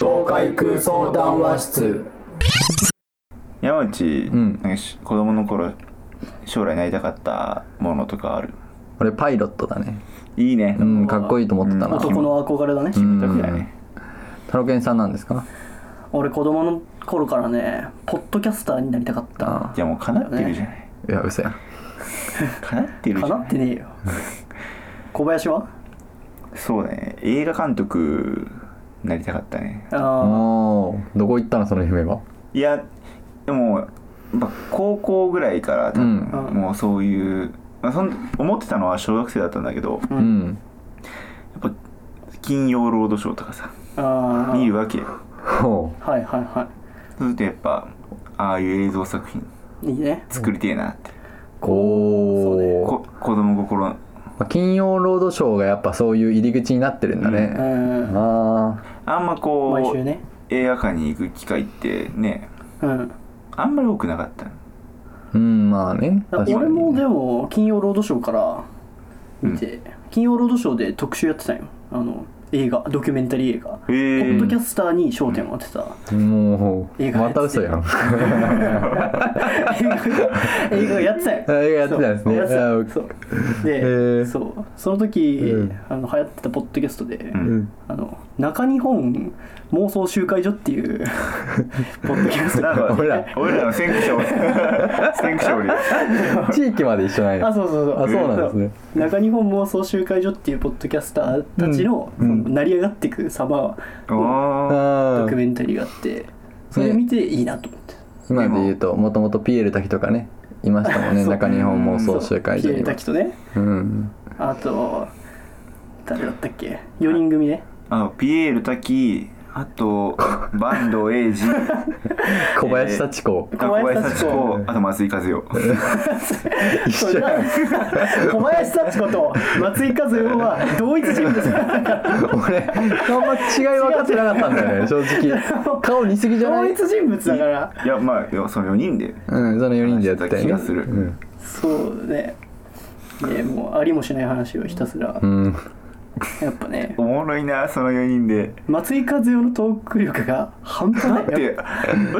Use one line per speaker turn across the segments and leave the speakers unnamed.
滞空相談話室
山内、
ん
なんかし子供の頃将来なりたかったものとかある
俺パイロットだね
いいね、
うんかっこいいと思ってたな、
男の憧れだね、
見たくないね
タロケンさんなんですか
俺子供の頃からねポッドキャスターになりたかった
あ
いやもう叶ってるじゃない、
あいや嘘やん
叶ってるじ
か
ゃ
な
な
っ
い
てねえよ小林は
そうだね映画監督なりたかったね
あ
おーどこ行ったのその夢はい
やでもやっぱ高校ぐらいから多分、
うん
もうそういう、まあ、そん思ってたのは小学生だったんだけどや
うん
っぱ金曜ロードショーとかさ
あああ
見るわけよ
ほ
はいはいは
そうするとやっぱああいう映像作品
いいいね
作りてえなって、
うおー
こ子供心
まあ金曜ロードショーがやっぱそういう入り口になってるんだ
う
ね、
ん
あ
あんまこう
毎週ね
映画館に行く機会ってね
うん
あんまり多くなかった
あうんまあね確かに
俺もでも金曜ロードショーから見て、金曜ロードショーで特集やってたんよあの映画ドキュメンタリー映画
へ
ポッドキ
ー
ャスターに焦点を当てた、
もう
映画
ま
やって
た嘘や ん
映 画映画やってたんよ
映画やってたんですね
そうやってた
あー
そう
へ
で
ー
そうその時、
うん
あの流行ってたポッドキャストで、
うん
あの中日本妄想集会所っていう ポッドキャスト
な んか
俺ら
俺らの先駆者 を先駆者俺
地域まで一緒なんや
あそうそうそう
あそうなんですね
そう中日本妄想集会所っていうポッドキャスターたちの,、
うんうん
その成り上がっていく様を
あ
あ
ドキ
ー
ュメンタリーがあってそれ見ていいなと思って、
今で言うともともとピエール滝とかねいましたもんね中日本妄
そう
想集会所
ピエー
に
ル
は
滝とね
うん
あと誰だったっけ4人組ね
あピエール滝あと坂東英二
小林幸子、
小林幸子あと松井和代
一緒やん
小林幸子と松井和代は同一人物
俺あんま違い分かってなかったんだよね正直顔似すぎじゃな
同
い
一人物だから
いやまあその4人で
うんその4人でやってたよね
話してた気がする
そうねねもうありもしない話をひたすら
うん、うん
やっぱね
おもろいなその4人で
松井和代のトーク力が半端ない
だってだ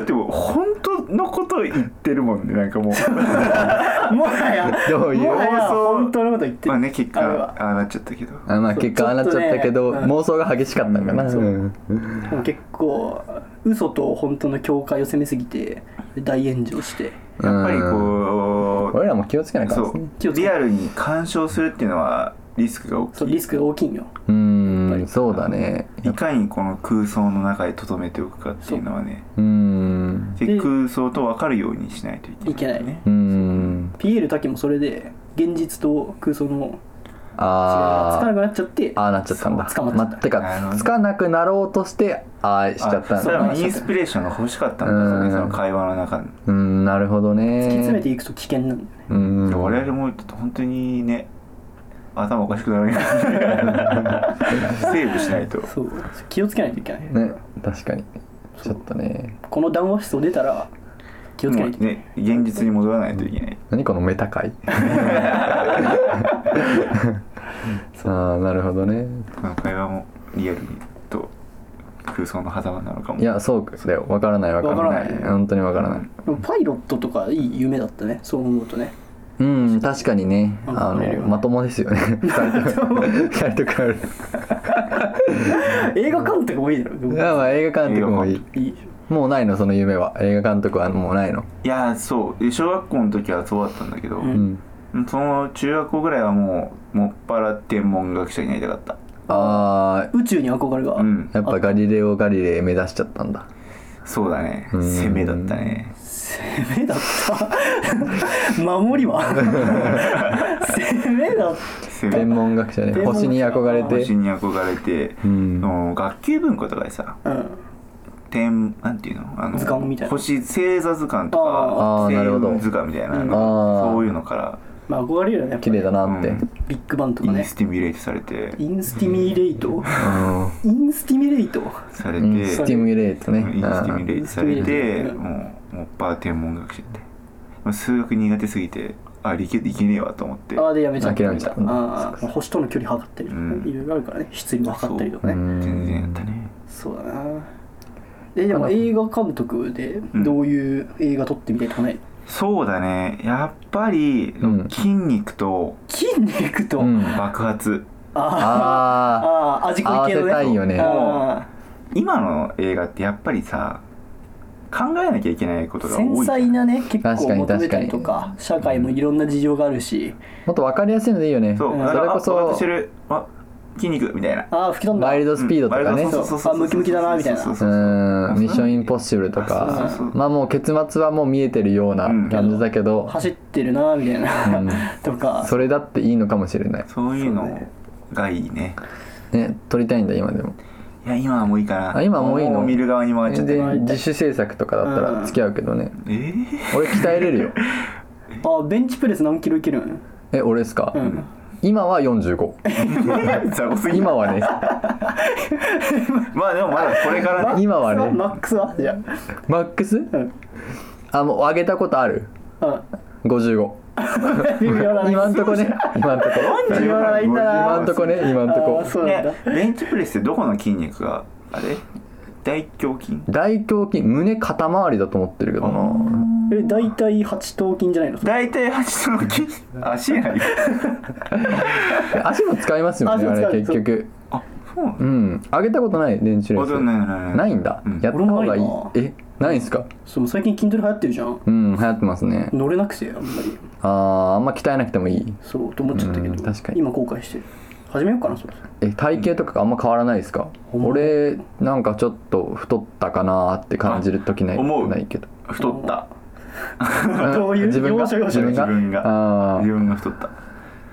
ってもう本当のこと言ってるもんねなんかも う
もはや
どういう
もはや
妄想
本当のこと言ってる
まあね結
あれ
果
は
ああなっちゃったけど
あまあ結果ああなっちゃったけど、
ちょっとねうん
妄想が激しかったんかな、
うんそう
うん
もう結構嘘と本当の境界を攻めすぎて大炎上して
やっぱりこう
俺らも気をつけなきゃ
そ
ですね
気を
う
つけて
リアルに干渉するっていうのはリスクが大
そう
き
リスクが大きいんよ
うーんそうだね
いいかにこの空想の中で留めておくかっていうのはね
うーん
で
で
空想と分かるようにしないといけない
いけないね
うーん
ピエール滝もそれで現実と空想の違いがつかな
あ
くなっちゃって
あああなっちゃったんだ
そう捕まっちゃっ
まて
た
なるほ
か
ど
つかなくなろうとしてああしちゃったん
それ
だ
はインスピレーションが欲しかったんだよね
うん
その会話の中に
うんなるほどね
突き詰めていくと危険なんだよね
うん
で我々もちょっと本当にね頭おかしくな るようにセーブしないと
そう気をつけないといけない、
ね確かにちょっとね
この談話室を出たら気をつけ
もう
ないといけない、
ね現実に戻らないといけない
何このメタ界 ああなるほどね
この会話もリアルにと空想の狭間なのかも
いやそうだよわからないわからない
わからない
本当にわからない
でもパイロットとかいい夢だったねそう思うとね
うん確かにね
うん
あ
見れるよ
の
ね
まともですよね 2人とも2人と比べる
映画監督もいいだろ
いやまあ映画監督もい
映
い
いいでし
もうないのその夢は映画監督はもうないの
いやそうで小学校の時はそうだったんだけど、
う
う
ん
ん
その中学校ぐらいはもうもっぱら天文学者になりたかった
あ
ょ宇宙に憧れが、
う
うん
あやっぱガリレオ・ガリレイ目指しちゃったんだ
そうだね
うん
攻めだったね
攻めだっ た守りは攻めだっ
攻
天
め
文学者
天
ね
文学者
星に憧れ
星
て
に憧れて、
うん
その学級文庫とかでさ
た、うん、
天なんていうのあの
図鑑みたいな
星星座図鑑とか
あー
星
なるほど
雲図鑑みたいな
うん
あー
そういうのから
まあ憧れるよねやっぱ
綺
り
麗だなって、
う
うんん
ビッグバンと
イ
か
ン
ね
スティミュレートされて
インスティミレイトインスティミレイト
され
イ
て
ンスティミュレートね
うんインスティミュレートされて
うん
もうもっぱら天文学者ってもう数学苦手すぎてあ理系いけねえわと思って
ああでやめちゃった
諦めちゃったんだ
ああ星との距離測ったりとかね
うん
いろいろあるからね質量測ったりとかね
うん
全然やったね
そうだなえでも映画監督で
うん
どういう映画撮ってみたいとかない、
そうだねやっぱり
うん
筋肉と
筋肉と、
うん
爆発、
あー
あ
あー味濃い系の
合わせ
ね
たいよね
あ
今の映画ってやっぱりさ考えなきゃいけないこと
ー
が多い
繊細なね結
確
構
かに
求めたりとか社会もいろんな事情があるし、
ーもっと分かりやすいのでいいよね
そう、
うん
あ
それこそ
あ爆発してるあ筋肉みたいな
ああ吹き飛んだ
ワイルドスピードとかね
うん
そうあムキムキだなみたいな
そうそううそう
ーんミッションインポッシブルと
あ
か
そうそうそう
まあもう結末はもう見えてるような
うん
感じだけど、
走ってるなみたいな、
うん
とか
それだっていいのかもしれない
そういうのがいいね
ね撮りたいんだ今でも
いや今はもういいかな
あ今はもういいの
見る側に回っちゃ
全
って
然自主制作とかだったら付き合うけどね、
えー
俺鍛えれる よ
あベンチプレス何キロいけるん
え俺ですか、
うん
今は45
雑魚すぎる
今はね
まあでもまだこれから ね
今はね
マックスはじゃ
マックス
あうん
あもう上げたことある
あ
55
微妙 だね
今んとこね 今んとこ
始まらないんだな
今んとこね今んと
あ
こ
ーそうなんだ
ねベンチプレスってどこの筋肉があれ大胸筋
大胸筋胸肩周りだと思ってるけど な
え大体八頭筋じゃないのそれ
大体足の 筋足やない
え足も使いますよねあ
足も使う
れ結局
あそうなの
うん上げたことない練習
あ
練
そ
習
うないないない
ないんだ、
うん
やった方がいい
俺もな
えないんすか
そう最近筋トレ流行ってるじゃん
うん流行ってますね
乗れなくてあんまり
あーあんま鍛えなくてもいい
そうと思っちゃったけど
うん確かに
今後悔してる始めようかなそれ
え体型とかあんま変わらないですか、
うん
俺なんかちょっと太ったかなーって感じる時ない
あ思う
ない けど
太った
ん
どういう
自分が
要所要所
自分が
自分が
あ
自分が太った
ー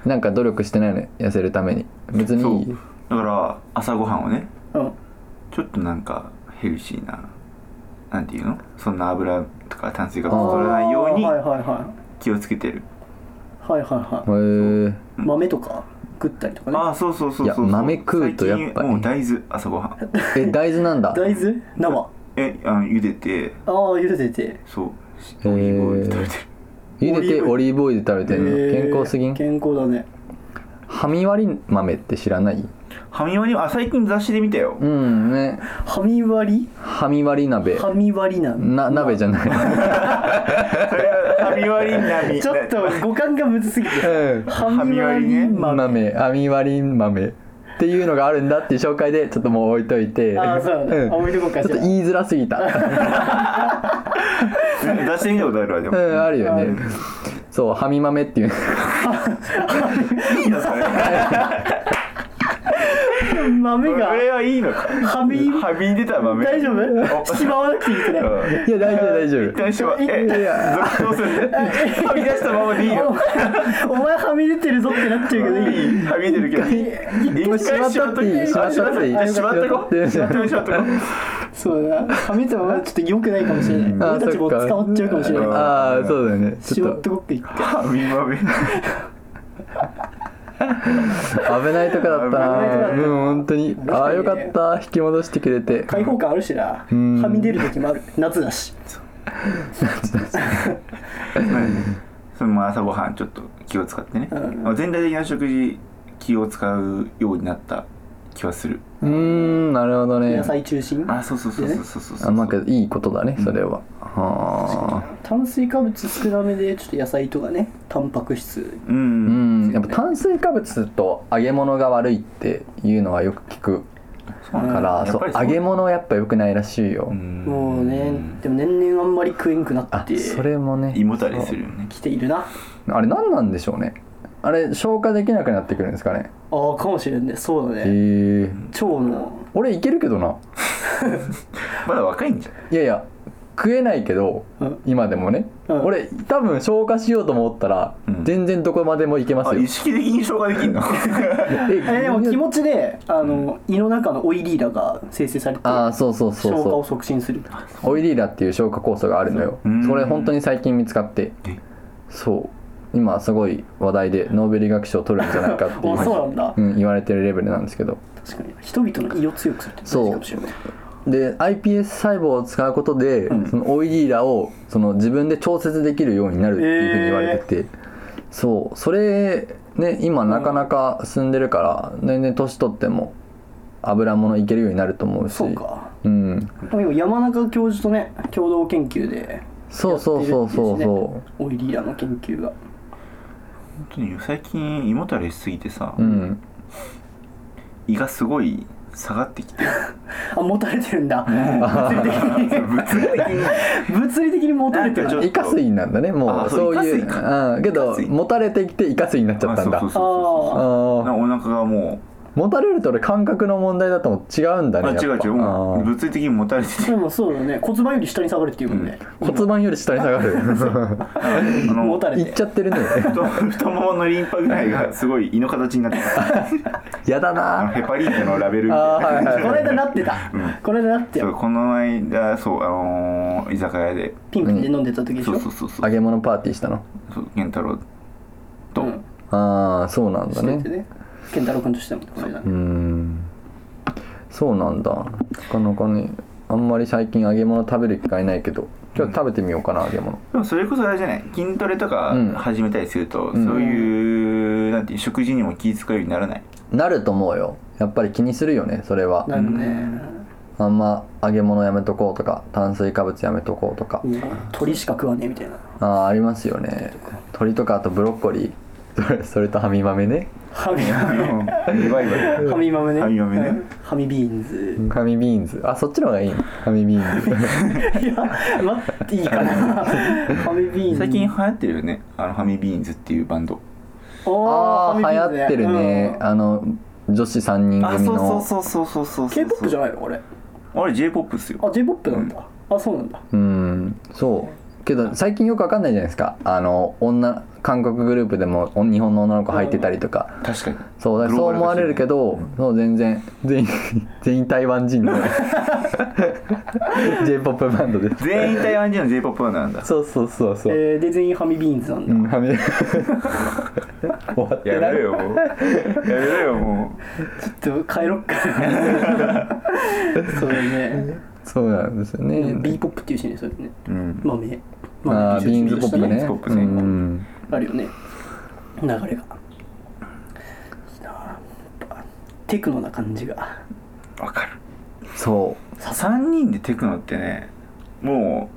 なんか努力してないの痩せるために別
そう
にいい
だから朝ごはんをね
うん
ちょっとなんかヘルシーななんていうのそんな油とか炭水化
あ
物
ー
取らないように
はいはいは
気をつけてる
いはいはいはい
へー
豆とか食ったりとかね
ああそうそうそうそう
や
い
豆食うとやっぱり
もう大豆朝ごはん
え大豆なんだ
大豆生
えあの茹でて
ああ茹でて
そう
へー
オリーブオイルで食べ てる
茹でて
オ
オリーブオイルで食べてる
へ
の
ー
健康すぎん
健康だね
はみ割り豆って知らない
はみ割りあ最近雑誌で見たよ
うんね
はみ割
はみ割り
り
鍋
はみ割りなの
な鍋じゃ ない
それははみ割りなみ
ちょっと語感がむずすぎて は
は
み
み
割
割り
り
ね
豆はみ割り豆っていうのがあるんだっていう紹介でちょっともう置いといて
あーそうなんだ
ん
あ置いとこうか
ちょっと
じゃあ
言いづらすぎた
う ん雑誌で見たことあるわで
う
も
んあるよ
ある
ねそうはみ豆っていう
いいのそれ
豆
こ
が
れはいいのか
はみ
はみ出た豆
大丈
お
夫しまわなくていいですね
うん
いや大丈夫大丈
一旦しまえ
いや
続投するねはみ出したままでいいの
お前はみ出てるぞってなっちゃうけどいい
はみ出るけど
もう
一
しま
回
っ
したま
っ
って
いい
て
しまったっていい
あしまったこ
よかった
しまってこしまったこ
そうだなはみ出たままちょっと良くないかもしれない
あ
俺たちも
そっか
捕まっちゃうかもしれないから
ああそうだよね
し
ち
ま
ょ
っ
っ
と
と
こっか一回
はみ豆
危ないとこだった
危ないとこだ
な
った
うん本当にああよ
確
か
かにね
った引き戻してくれて
開放感あるしなは
ん
み出る時もある夏だし
そのまあ朝ごはんちょっと気を使ってね、
うん
まあ全体的な食事気を使うようになった気はする
うーんなるほどね
野菜中心
あそうそうそうそうそうそうそう
あまあけどいいことだねそれははあ
炭水化物少なめでちょっと野菜とかねタンパク質
う、
うんんやっぱ炭水化物と揚げ物が悪いっていうのはよく聞く
そうなん
か
だ
ら、
やっ
そ
ぱ
う
りそう
揚げ物はやっぱ良くないらしいよ、
うん
もうねでも年々あんまり食えんくな
あ
って
それもね
胃もたれするよね
来ているな
そうあれ何なんでしょうねあれ消化できなくなってくるんですかね
ああかもしれんねそうだ
へえ
ね腸の
俺いけるけどな
まだ若いんじゃない
いやいや食えないけど、
うん
今でもね、
うん
俺多分消化しようと思ったら、
うん
全然どこまでもいけます
あ
よ
意識的に消化できん の
えでも気
ち
持ちであの胃の中のオイリーラが生成されて
あ
消
あそうそうそう
化を
そ
促進するあ
うオイリーラっていう消化酵素があるのよ
うん
それ本当に最近見つかって
え
そう今すごい話題でノーベル学賞を取るんじゃないかってい
そうなんだ
うん、言われてるレベルなんですけど
確かに人々の胃を強くするって大事かもしれない
で iPS 細胞を使うことで、そのオイリーラをその自分で調節できるようになるっていうふうに言われてて、そうそれね今なかなか進んでるから、全然年取っても油物いけるようになると思うし
そうか
うん
今山中教授とね共同研究で
そうそうそうそうそ
オイリーラの研究が
本当に最近胃もたれしすぎてさ、
ううん
胃がすごい下がって きて
あ持たれてるんだ物理的に
物理的に
物理的に持たれてる
なんかちょっと
イカ水なんだねも
あ
う
そ
そううい
イ
う
カ水か
うんけ
イカ
ど
水
もたれてきてイカ水になっちゃったんだ
あそうそうそうそう
あ
な
あ
お腹がも
もたれると俺感覚の問題だとも違うんだ
う
ね
あ
やっぱ
違う違うも
あ
う
ー
物理的にもたれてて
でもそうだね骨盤より下に下がるっていうもんね、
骨盤より下に下が る
あ
持
の
たれ
いってちゃってるね
太太もものリンパぐらいがすごい胃の形になって た
やだ
あの
な
ヘパリーテのラベルみ
あ
たいな
あはい
この
はい
間なってた、この間なって
そうこの間そうあのー居酒屋で
ピンクで飲んでた時でしょ、
そうそうそうそ
揚
う
げ物パーティーしたの
そう健太郎と、
うん
ああそうなんだ
して
ね
てね健太郎君としてもこの間
うー
ね
んそうなんだなかなかねあんまり最近揚げ物食べる機会ないけど今日食べてみようかな揚げ物
でもそれこそあれじゃない筋トレとか
うん
始めたりすると、
うん
そういうなんていう食事にも気遣うようにならない
なると思うよやっぱり気にするよねそれは
なるね、
あんま揚げ物やめとこうとか炭水化物やめとこうとか
うん鳥しか食わねえみたいな
ああありますよね鶏とかあとブロッコリー それそれとハミ豆ね
ハミハ
リバイバル
ミ豆ね
ハミ豆ね
うんハミビーンズ
ハミビーンズあそっちの方がいいハミビーンズ
いや待っていいかなハミビーンズ
最近流行ってるよねあのハミビーンズっていうバンド
あ
あ
ー
あ流行ってるね、
うん
あの女子3人
あ
組
そう
の
そうそうそうそうそうそう
K-POP じゃ
ん
ないのこれ
あれ J−POP っすよ
あ J-POP なんだ、あそうなんだ
うんそうけど最近よくわかんないじゃないですかあの女韓国グループでもお日本の女の子入ってたりとか、
確かに
そうだから
グ
そう
ロー
思
バ
われ
ル
る
です
け
よね
ど、そう全然全員 全員台湾人の j p o p バンドです
全員台湾人の J−POP バンドなんだ
そうそうそうそう、
えー、で全員ハミビーンズなんだ、
うんはみ終わって
や
な
め
い
ろよもうやめろよも
ちょっと帰ろっか そうだね
そうなんですよね、
ビーポップっていうしねそれね
ううん
豆
あービーンズポップね
ビーンズポップね
うん
あるよね流れがいいなあやっぱテクノな感じが
わかる
そ
3人でテクノってねも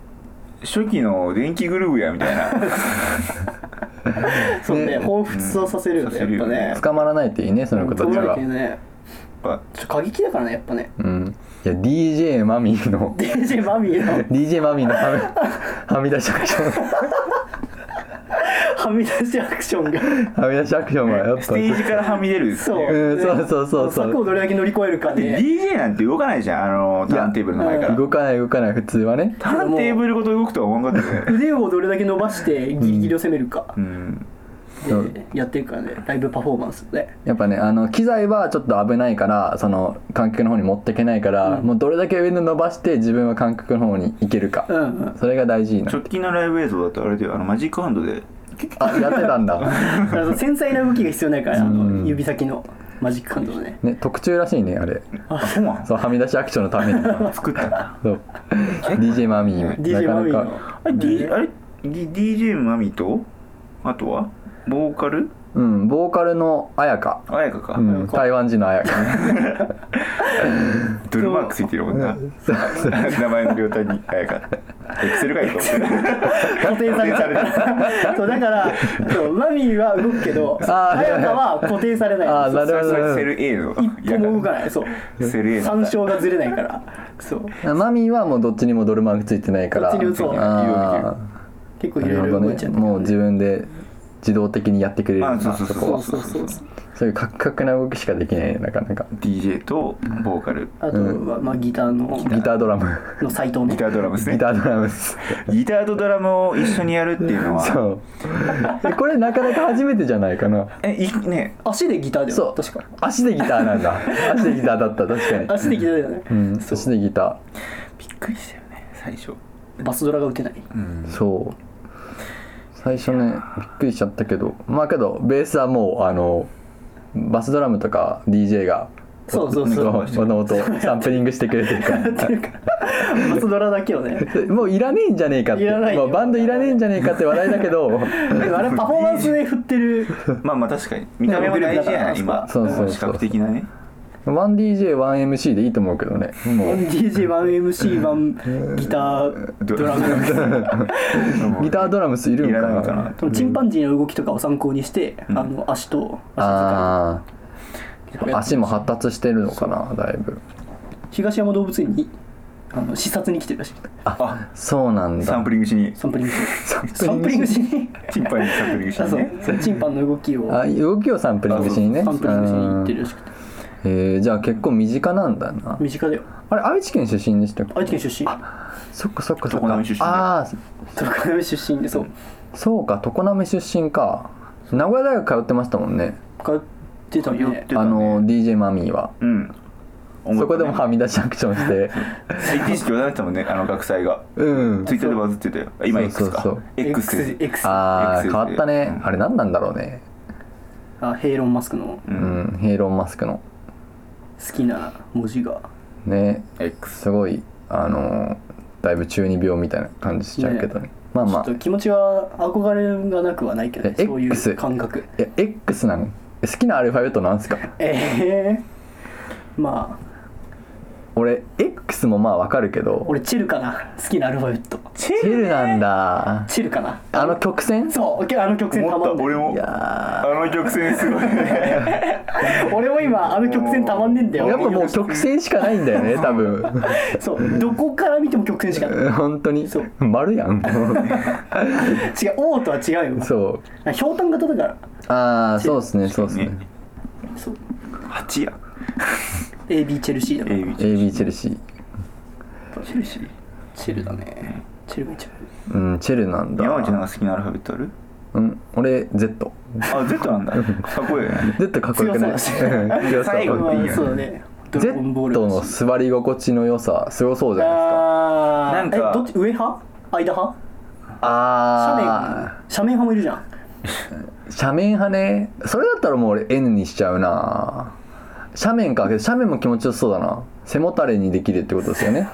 う初期の電気グルーヴやみたいな
そうね
ね
彷彿とさせるよ
う
ね、
ん
やっぱね
う捕まらないといいねその子たち
そうだ
が
けどね
やっ
ちょっと過激だからねやっぱね
うんいや DJ マミーの
DJ マミーの
DJ マミーのはみはみ出しアクション
はみ出しアクションが
はみ出しアクションはやっ
ぱ
ぱ
ステージからはみ出るって
そう、
いう
うん
ね
そうそうそうそう
柵をどれだけ乗り越えるか
で
で
DJ なんて動かないじゃんあのターンテーブルの前から
動かない動かない普通はね
ターンテーブルごと動くとは思わなかったよね
腕をどれだけ伸ばしてギリギリを攻めるか
う、ん
うん
でやってるからねライブパフォーマンスで
やっぱねあの機材はちょっと危ないからその観客の方に持ってけないから、
うん
もうどれだけ上に伸ばして自分は観客の方に行けるか、
うんうん
それが大事な
直近のライブ映像だとあれであのマジックハンドで
あやってたんだ、
だから繊細な動きが必要ないからあ
う
の
ん
指先のマジックハンドのね
ね、特注らしいねあれ
あそうなん
そうはみ出しアクションのた めに
作ったな
そう DJ マミー
DJ マミー
なか
の
なか
あれ D- あれ D- DJ マミとあとはボーカル
うんボーカルの綾香、
あやかか、
うん、台湾人の綾香
ドルマークついてるもんな 名前の両端にあやかエクセルがいいと思って
固定されちゃ うからそうだからそうマミーは動くけど
あー
綾香は固定されない
あーな
そう
るほど
そ
な
れ
るほ
セ
ど
ル A の
一歩も動かないそう
セル A の
参照がずれないからそ う
マミーはもうどっちにもドルマークついてないから
どっちにもそう
あ
結構
あ
い
なる
ろい
ほ
ろ
ど
動いち
ね
ゃう
もう自分で自動的にやってくれるよう
あ
な
そうそう
そ
そ
こ
そううそうそうそう
そういうカクカクな動きしかできないねなかなか
DJ とボーカル
あとはまあギターの
ギタードラム
の斎藤ね
ギタードラムですね
ギタードラムです
ギターとドラムを一緒にやるっていうのは
そうえこれなかなか初めてじゃないかな
えいね
足でギターだよ
そう
確か
足でギターなん だ足でギターだった確かに
足でギターだよね、
うん、足でギタ
びっくりしたよね最初
バスドラが打てない
うん
ーそう最初ねびっくりしちゃったけどまあけどベースはもうあのバスドラムとか DJ が
そうそうそう
もともとサンプリングしてくれてるから
っていうかバスドラだけをね
もういらねえんじゃねえかって
いらないよ
まあバンドいらねえんじゃねえかって笑いだけど
あれパフォーマンスで振ってる
まあまあ確かに見た目も大事やな今
そうそうそう
視覚的なね
1DJ1MC でいいと思うけどねも
DJ1MC1 ギター
ど
ドラム
うギタードラムスいるん
い
から
ない
な
のかなと
チンパンジーの動きとかを参考にして、あの足と足使
あー足も発達してるのかなだいぶ
い東山動物園にあの視察に来てるらしい
あ
そうなんだ
サンプリングしに
サンプリング
サンプリング
サンプリングしに
チンパンにサンプリングし
あ
に
そ
ね
うそうチンパンの動きを
あ動きをサンプリングしにね
サンプリングしに行ってるらしくて
うんえーじゃあ結構身近なんだな
身近だよ
あれ愛知県出身でしたっけ
愛知県出身
そっかそっかそっ
常
か
滑出身で
ああ
徳川出身でそう
そうか常滑出身か名古屋大学通ってましたもんね
通ってた
寄っ
ね
てたね
あの DJ マミーは
うん音楽ね
そこでもはみ出しアクションして
一時期話題になってたもんねあの学祭が
うん
ツイッターでバズってたよあ今
そうそ
X
うそ
か
う
X です
X
ああ
X
変わったね
うん
あれ何なんだろうね
あヘイロン・マスクの
う
うんんヘイロン・マスクの
好きな文字が
ね
X
すごいあのーだいぶ中二病みたいな感じしちゃうけどねまあ
ちょ
ま
っ
あ
と気持ちは憧れがなくはないけどね
え
そういう
X
感覚
いや X なのえ好きなアルファベットなんすか
ええまあ
俺 X もまあわかるけど
俺チェルかな好きなアルファベット
チ
チェルなんだ
チェルかな
あの曲線
そうけあの曲線た
思っ
ま
た
んね
俺も
いや
あの曲線すごいね
俺も今あの曲線たまんねえん
ー
だよ
やっぱもう曲線しかないんだよね多分
そうどこから見ても曲線しかない
本当に
そう
丸やんも
違う O とは違うよ
うそう
ひょうたん型だから
ああそうですねそうですね
ね
そう
8や
AB チェルシーだから
AB
AB チェルシー
チェルシーチェルだねチェルが一番
うんチェルなんだ
山内なんか好きなアルファベットある
うん俺 ZZ
あ Z なん だかっこいいよね
かっこよくない
強そうだ
うん強そう
最後
ま
いいよね
あそうだねドラ
Z
ゴンボールだし
の座り心地の良さすごそうじゃないですか
あー
なんか
えどっち上派間派斜面
あ
斜面派もいるじゃん
あ斜面派ねそれだったらもう俺 N にしちゃうな斜面かけど斜面も気持ちよさそうだな背もたれにできるってことですよ ね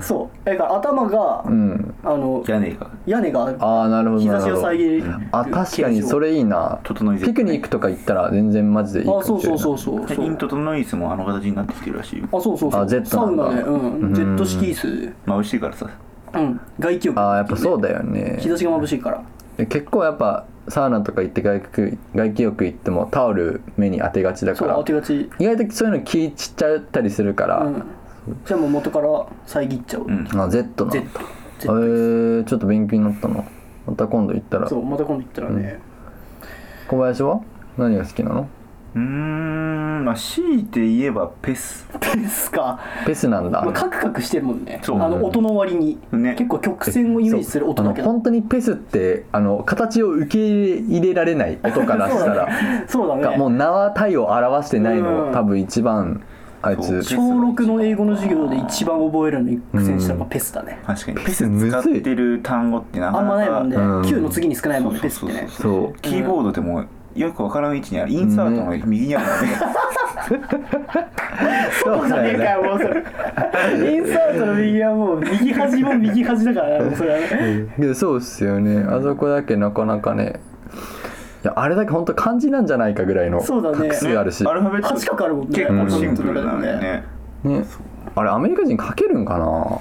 そうだから頭が、
うん
あの
屋根が
屋根がある
ああなるほど
日
な
差
るほ
しを
ど
遮る
あ確かにそれいいな
整い絶
ピクニックとか行ったら全然マジでいい
あ
かもし
そ
れ
う
ない
そうそうそう
最
そう
近トトノイズもあの形になってきてるらしいよ
あそうそうそう
あジェッ
サ
ト
ウ
なんだ
ナで、う、
うんん
ジェット式椅子
眩しいからさ
うん外気浴
ああやっぱそうだよね
日差しが眩しいから
結構やっぱサウナとか行って外気外気浴行ってもタオル目に当てがちだ
そ
か
う
ら
当てがち
意外とそういうの気散っちゃったりするから、
うんじゃあもう元から遮っちゃう、
うん
あ Z なんだ
Z
へえー、ちょっと勉強になったなまた今度行ったら
そうまた今度行ったらね、
小林は何が好きなの
うーんまあ強いて言えばペス
ペスか、
ペスなんだ、
まあ、カクカクしてるもんねあ
そう
の音の割に、
ね
結構曲線をイメージする音だ
そ
け
うあの
ど
本当にペスってあの形を受け入れられない音からした ら
そうだ
が
ね
もう名は体を表してないの、
うん
多分一番あいつ
そう
小6の英語の授業で一番覚えるのに苦戦したのがペスだね、
確かに
ペスむずい
使ってる単語ってな
あ
か
ん
なか
まないもんね、
うん
Q の次に少ないもんね
そ
ペ
う
ス
そ
っ
う
て
そう
そ
ね
う
キーボードでもよくわからん位置にあるインサートの右にある のね
そうだねかもうそれインサートの右はもう右端も右端だからねもうそれはね
でそうっすよねあそこだけなかなかねいやあれだけ本当漢字なんじゃないかぐらいの
そうだね
画数あるし、
アルファベット
八角あるもんね
結構シンプルなのよね
ね、あれアメリカ人書けるんかな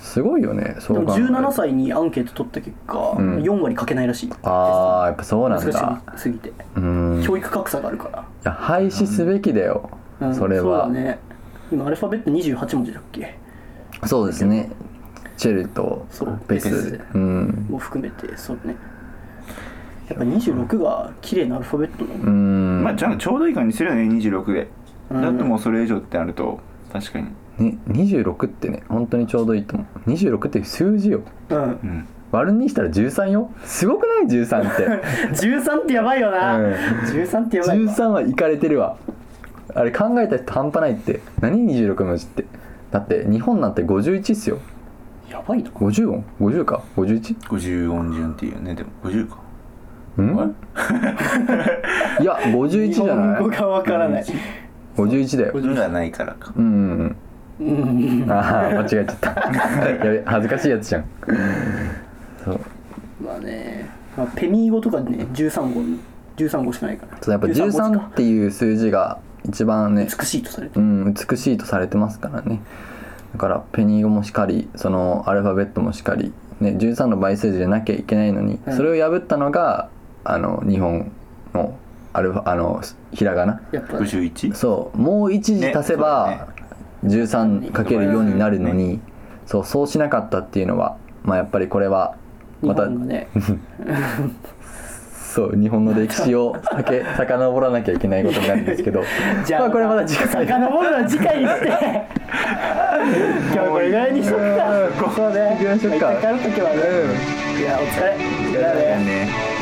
すごいよねそ
で
う
も
考えると
17歳にアンケート取った結果、
ん
4割書けないらしい
ああやっぱそうなんだ
難しすぎて
うんい
教育格差があるから
や廃止すべきだよ、
うん
それは
そうだね今アルファベット28文字だっけ
そうですねチェルと
そう
ペス
ペス
うん
も含めてそうねやっぱ26が綺麗なアルファベットなの
うん、
まあじゃあちょうどいい感じするよね26で
うん
だってもうそれ以上ってなると確かに
ね、26ってね本当にちょうどいいと思う26って数字よ
うん
うん
割るにしたら13よすごくない13って
13ってやばいよな、
うん
13ってやばいわ
13はいかれてるわあれ考えた人半端ないって何26文字ってだって日本なんて51っすよ
やばいな
50音50か 51?
50音順っていうねでも50か
んいや51じゃな
日本語
い
がわからない
51だよ
50がないからか
うんうん
うん
うんああ間違えちゃった やべ恥ずかしいやつじゃんそう
まあね、まあ、ペミー語とかね13語13語しかないから
そうやっぱ
13文字
13
か
っていう数字が一番ね、
美しいとされ
う
てる
ん、美しいとされてますからねだからペニー語もしかりそのアルファベットもしかり、ね、13の倍数字でなきゃいけないのに、
うん
それを破ったのがあの日本のアルファあのひらがな
やっぱ
五十一？
そうもう一字足せば、13×4 になるのにそうそうしなかったっていうのは、まあ、やっぱりこれは
日
また
本がね
そう日本の歴史をさけ遡らなきゃいけないことになるんですけど
じゃあ
まあこれまだ次 回
遡るのは次回に して今日はこれぐらいにしとくかそうね
行きましょうか
一回帰るときはね、いやお疲れ
疲れ
だね
ね。